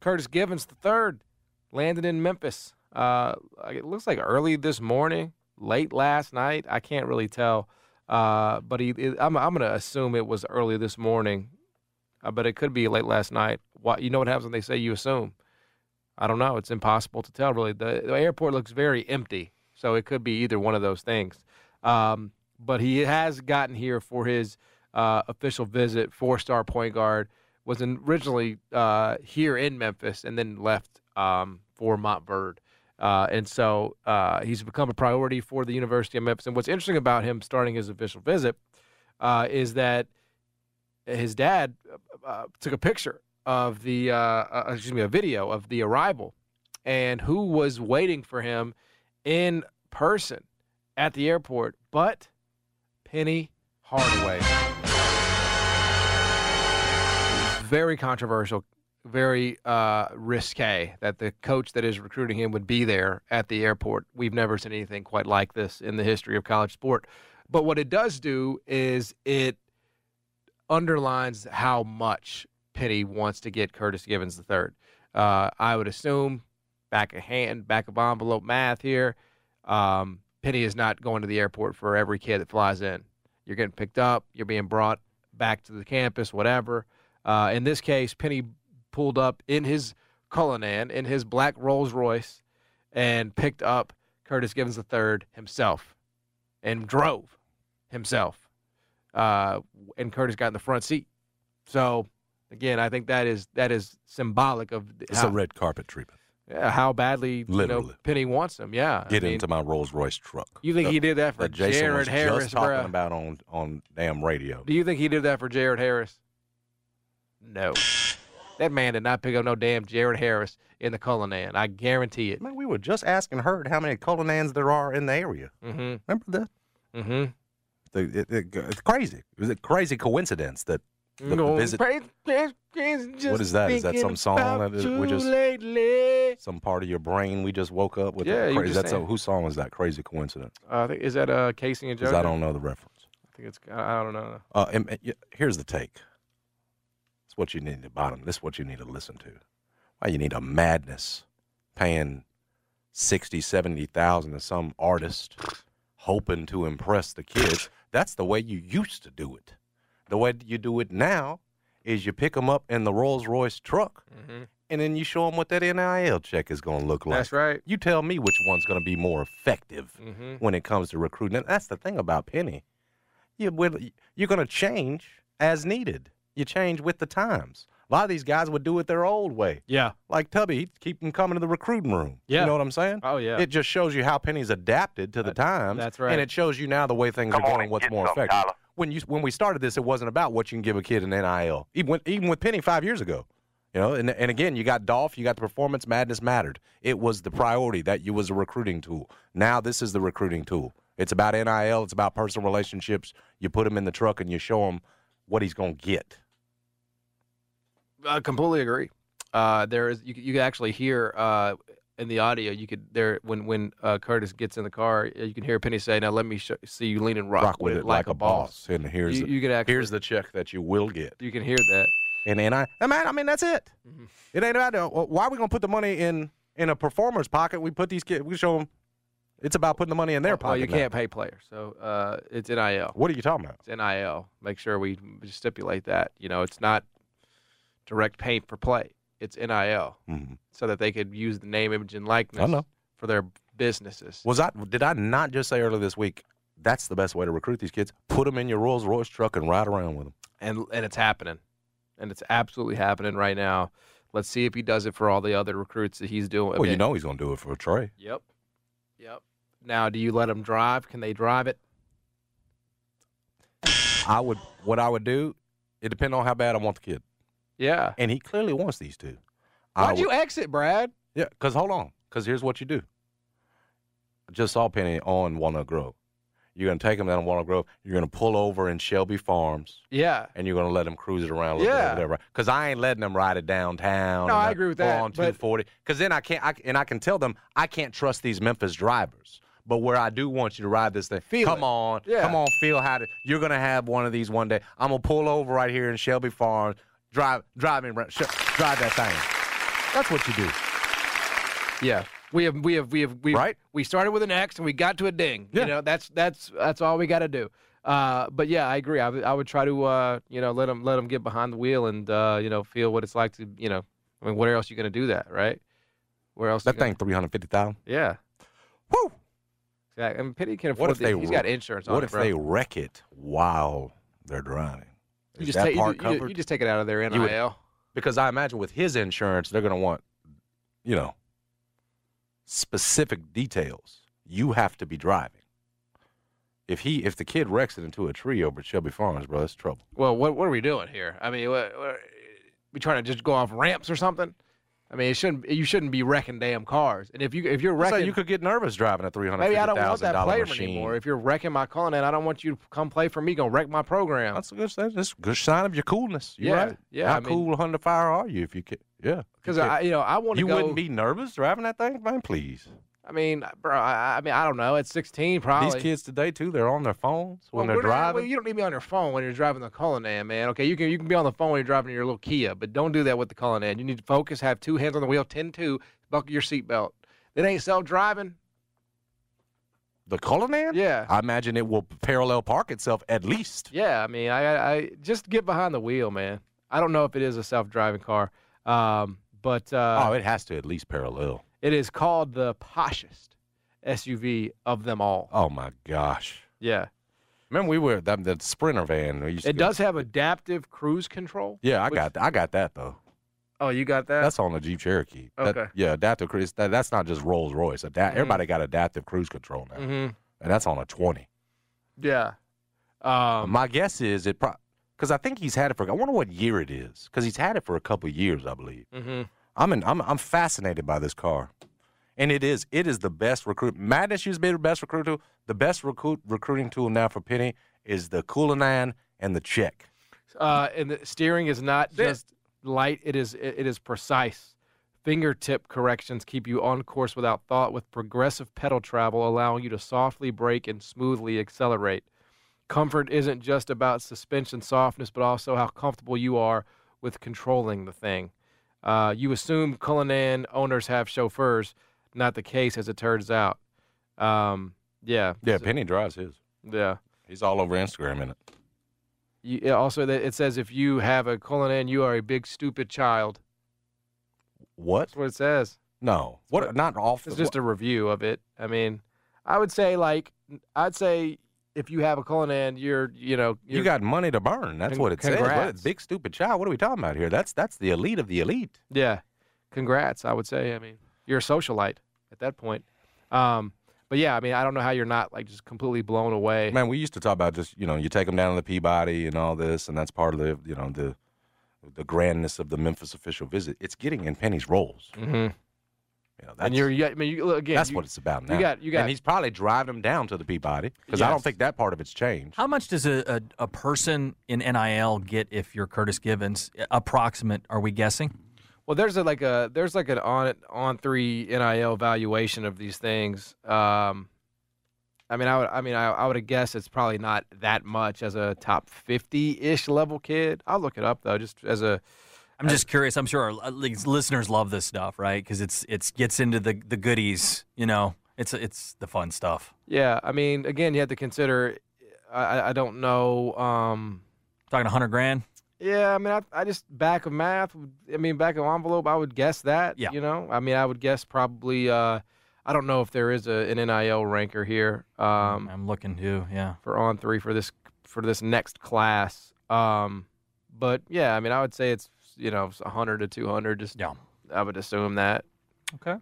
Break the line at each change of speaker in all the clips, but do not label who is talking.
Curtis Givens the third landed in Memphis. Uh, it looks like early this morning, late last night. I can't really tell, uh, but he, it, I'm, I'm going to assume it was early this morning, uh, but it could be late last night. Why, you know what happens when they say you assume? I don't know. It's impossible to tell, really. The, the airport looks very empty, so it could be either one of those things. Um, but he has gotten here for his uh, official visit. Four-star point guard was in, originally uh, here in Memphis and then left um, for Montverde, uh, and so uh, he's become a priority for the University of Memphis. And what's interesting about him starting his official visit uh, is that his dad uh, took a picture of the uh, excuse me a video of the arrival and who was waiting for him in person at the airport, but. Penny Hardaway. Very controversial, very uh, risque that the coach that is recruiting him would be there at the airport. We've never seen anything quite like this in the history of college sport. But what it does do is it underlines how much Penny wants to get Curtis Givens III. Uh, I would assume, back of hand, back of envelope math here. Um, Penny is not going to the airport for every kid that flies in. You're getting picked up, you're being brought back to the campus, whatever. Uh, in this case, Penny pulled up in his Cullinan, in his black Rolls Royce, and picked up Curtis Givens III himself and drove himself. Uh, and Curtis got in the front seat. So, again, I think that is that is symbolic of. uh,
It's how, a red carpet treatment
how badly Literally. you know, Penny wants him. Yeah,
get I mean, into my Rolls Royce truck.
You think the, he did that for that
Jason
Jared
was
Harris?
Just talking bruh. about on on damn radio.
Do you think he did that for Jared Harris? No, that man did not pick up no damn Jared Harris in the Cullinan. I guarantee it.
Man, we were just asking Hurd how many Cullinans there are in the area. Mm-hmm. Remember that?
Mm-hmm.
The, it, it, it's crazy. It was a crazy coincidence that the, the visit. what is that? Is that some song that is, we just lately. some part of your brain we just woke up with?
Yeah,
cra- is that
so,
whose song is that? Crazy coincidence.
Uh, I think is that uh, Casey and Joe.
I don't know the reference.
I think it's I don't know.
Uh, and, and, here's the take. It's what you need at the bottom. This is what you need to listen to. Why you need a madness paying 60, 70,000 to some artist hoping to impress the kids. That's the way you used to do it. The way you do it now is you pick them up in the Rolls Royce truck, mm-hmm. and then you show them what that NIL check is going to look like.
That's right.
You tell me which one's going to be more effective mm-hmm. when it comes to recruiting. And that's the thing about Penny. You, you're going to change as needed. You change with the times. A lot of these guys would do it their old way.
Yeah.
Like Tubby, he'd keep them coming to the recruiting room.
Yeah.
You know what I'm saying?
Oh, yeah.
It just shows you how Penny's adapted to the times.
That's right.
And it shows you now the way things
Come
are going, what's more
some,
effective.
Tyler
when you when we started this, it wasn't about what you can give a kid in NIL. Even when, even with Penny five years ago, you know. And and again, you got Dolph, you got the performance madness mattered. It was the priority that you was a recruiting tool. Now this is the recruiting tool. It's about NIL. It's about personal relationships. You put him in the truck and you show him what he's gonna get.
I completely agree. Uh, there is you you actually hear. Uh, in the audio, you could there when when uh, Curtis gets in the car, uh, you can hear Penny say, "Now let me sh- see you leaning rock,
rock with,
with
it
like
like,
a boss."
boss. And here's
you,
the,
you can actually,
here's the check that you will get.
You can hear that,
and then I, I man, I mean that's it. Mm-hmm. It ain't about why are we gonna put the money in in a performer's pocket. We put these kids, we show them. It's about putting the money in their
well,
pocket. Well,
you can't
now.
pay players, so uh, it's nil.
What are you talking about?
It's nil. Make sure we stipulate that. You know, it's not direct pay for play it's NIL mm-hmm. so that they could use the name, image, and likeness for their businesses.
Was I did I not just say earlier this week? That's the best way to recruit these kids. Put them in your Rolls Royce truck and ride around with them.
And and it's happening, and it's absolutely happening right now. Let's see if he does it for all the other recruits that he's doing.
Well, you know he's going to do it for Trey.
Yep, yep. Now, do you let them drive? Can they drive it?
I would. What I would do, it depends on how bad I want the kid.
Yeah.
And he clearly wants these two.
Why'd
would-
you exit, Brad?
Yeah, because hold on, because here's what you do. I just saw Penny on Walnut Grove. You're gonna take him down to Walnut Grove. You're gonna pull over in Shelby Farms,
Yeah.
and you're gonna let him cruise it around. A little
Yeah.
bit, whatever. Because I ain't letting them ride it downtown.
No,
and
I
not
agree with
go
that,
On
but-
240, because then I can't. I, and I can tell them I can't trust these Memphis drivers. But where I do want you to ride this thing,
Feel
come
it.
on,
Yeah.
come on, feel how to, you're gonna have one of these one day. I'm gonna pull over right here in Shelby Farms, drive, drive me, around- sh- drive that thing. That's what you do.
Yeah. We have we have we have we
Right?
we started with an X and we got to a ding.
Yeah.
You know, that's that's that's all we got to do. Uh, but yeah, I agree. I would- I would try to uh, you know, let them let them get behind the wheel and uh, you know, feel what it's like to, you know, I mean, where else you going to do that, right? Where else?
That
you gonna-
thing, three hundred fifty thousand.
Yeah.
Woo!
Yeah, I mean, Pity can afford.
What if they
the, he's
were-
got insurance on
What
it,
if
bro.
they wreck it while they're driving? Is
you just
that
take, you,
part
ju- you,
covered?
you just take it out of their
You would-
NIL.
because I imagine with his insurance, they're going to want, you know, specific details. You have to be driving. If he, if the kid wrecks it into a tree over at Shelby Farms, bro, that's trouble.
Well, what what are we doing here? I mean, what, what, we trying to just go off ramps or something? I mean, it shouldn't you shouldn't be wrecking damn cars. And if you if you're
So
wrecking,
you could get nervous driving a three hundred
maybe I
fifty
don't want
thousand
that
dollar
player
machine.
anymore. If you're wrecking my car, and I don't want you to come play for me, gonna wreck my program.
That's a good. That's a good sign of your coolness. You're
Yeah,
right.
yeah,
How
I mean-
cool under fire are you? If you can, yeah. if you
Because
can.
I you know I want to
you
go.
wouldn't be nervous driving that thing, man. Please.
I mean, bro, I, I mean I don't know. At 16, probably.
These kids today too, they're on their phones
Well,
when they're
we're not- well,
driving.
you don't need me on your phone when you're driving the Cullinan, man. Okay, you can you can be on the phone when you're driving your little Kia, but don't do that with the Cullinan. You need to focus, have two hands on the wheel, 10-2, buckle your seatbelt. It ain't self driving.
the Cullinan?
Yeah.
I imagine it will parallel park itself at least.
Yeah, I mean, I, I I- just get behind the wheel, man. I don't know if it is a self driving car, um, but uh,
oh, it has to at least parallel.
it is called the poshest SUV of them all.
Oh my gosh.
Yeah,
Remember we were that the sprinter van. We used
it
to-
does have adaptive cruise control.
Yeah, I
which-
got I got that though.
Oh, you got that?
That's on the Jeep Cherokee. That-
Okay. Mm-hmm.
yeah, adaptive cruise. That, that's not just Rolls Royce. Adap- Everybody got adaptive cruise control now,
hmm
and that's on a twenty.
Yeah. Um,
Uh, My guess is it probably because I think he's had it for. I wonder what year it is because he's had it for a couple years, I believe.
mhm.
I'm in, I'm I'm fascinated by this car, and it is it is the best recruit. Madness used to be the best recruit tool. The best recruit recruiting tool now for Penny is the Kulinan and the check.
uh, and the steering is not
Thi-
just light; it is it, it is precise. Fingertip corrections keep you on course without thought, with progressive pedal travel allowing you to softly brake and smoothly accelerate. Comfort isn't just about suspension softness, but also how comfortable you are with controlling the thing. Uh, you assume Cullinan owners have chauffeurs, not the case, as it turns out. Um, yeah,
Yeah,
so-
Penny drives his.
yeah.
He's all over Instagram in it.
You, it also, that it says if you have a colon, you are a big stupid child.
What?
That's what it says.
No. What? Not off.
It's
the-
just a review of it. I mean, I would say like I'd say if you have a colon, you're you know you're,
you got money to burn. That's
Con-
what it says.
congrats.
What, big stupid child. What are we talking about here? That's that's the elite of the elite.
yeah. Congrats, I would say. I mean, you're a socialite at that point. Um, but yeah, I mean, I don't know how you're not like just completely blown away.
Man, we used to talk about just you know you take them down to the Peabody and all this, and that's part of the you know the the grandness of the Memphis official visit. It's getting in Penny's rolls.
Mhm.
You know, that's,
And you're, you I mean, you, look, again,
that's
you-
what it's about
you
now.
got- you got-
and he's probably driving them down to the Peabody because I don't
Yes.
think that part of it's changed.
How much does a, a, a person in NIL get if you're Curtis Givens? Approximate, are we guessing?
Well, there's a, like a there's like an on on three nil valuation of these things. Um, I mean, I would I mean I, I would have guessed it's probably not that much as a top fifty ish level kid. I'll look it up though, just as a
I'm just curious. I'm sure our uh, lis- listeners love this stuff, right? Because it's it's gets into the the goodies. You know, it's it's the fun stuff.
yeah. I mean, again, you have to consider. I I- I don't know. Um,
Talking a hundred grand.
yeah, I mean, I, I just back of math. would- I mean, back of envelope, I would guess that.
Yeah.
You know, I mean, I would guess probably. Uh, I don't know if there is a, an nil ranker here. Um,
I'm looking to yeah.
for on three for this for this next class. Um, but yeah, I mean, I would say it's you know it's 100 to 200. Just
Yeah.
I would assume that.
Okay.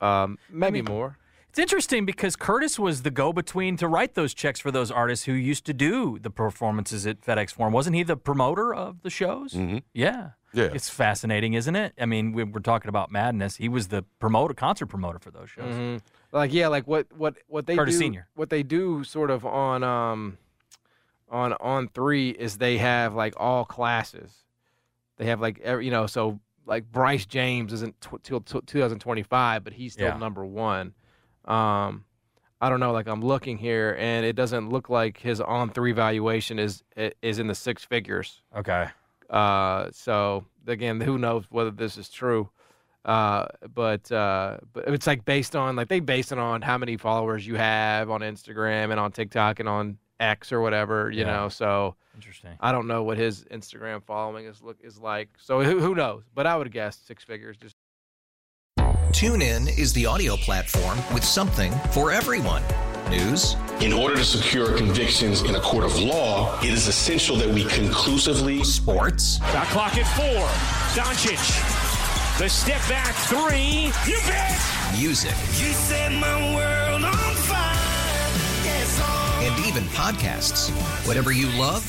Um, maybe
mean-
more.
It's interesting because Curtis was the go-between to write those checks for those artists who used to do the performances at FedEx Forum. Wasn't he the promoter of the shows?
Mhm.
Yeah.
Yeah.
It's fascinating, isn't it? I mean, we, we're talking about madness. He was the promoter, concert promoter for those shows.
Mm-hmm. Like yeah, like what what what they
Curtis
do,
Senior.
what they do sort of on um on on three is they have like all classes. They have like every, you know so like Bryce James isn't tw- till t- 2025, but he's still
Yeah.
number one. Um, I don't know. Like I'm looking here, and it doesn't look like his on three valuation is i- is in the six figures.
Okay.
Uh, so again, who knows whether this is true? Uh, but uh, but it's like based on like they base it on how many followers you have on Instagram and on TikTok and on X or whatever, you
Yeah.
know. So
Interesting.
I don't know what his Instagram following is look is like. So who, who knows? But I would guess six figures. Just
TuneIn is the audio platform with something for everyone. News,
In order to secure convictions in a court of law, it is essential that we conclusively
sports,
Shot clock at four. Doncic. The step back three. You bet.
music,
You set my world on fire. Yes, oh.
and even podcasts. Whatever you love,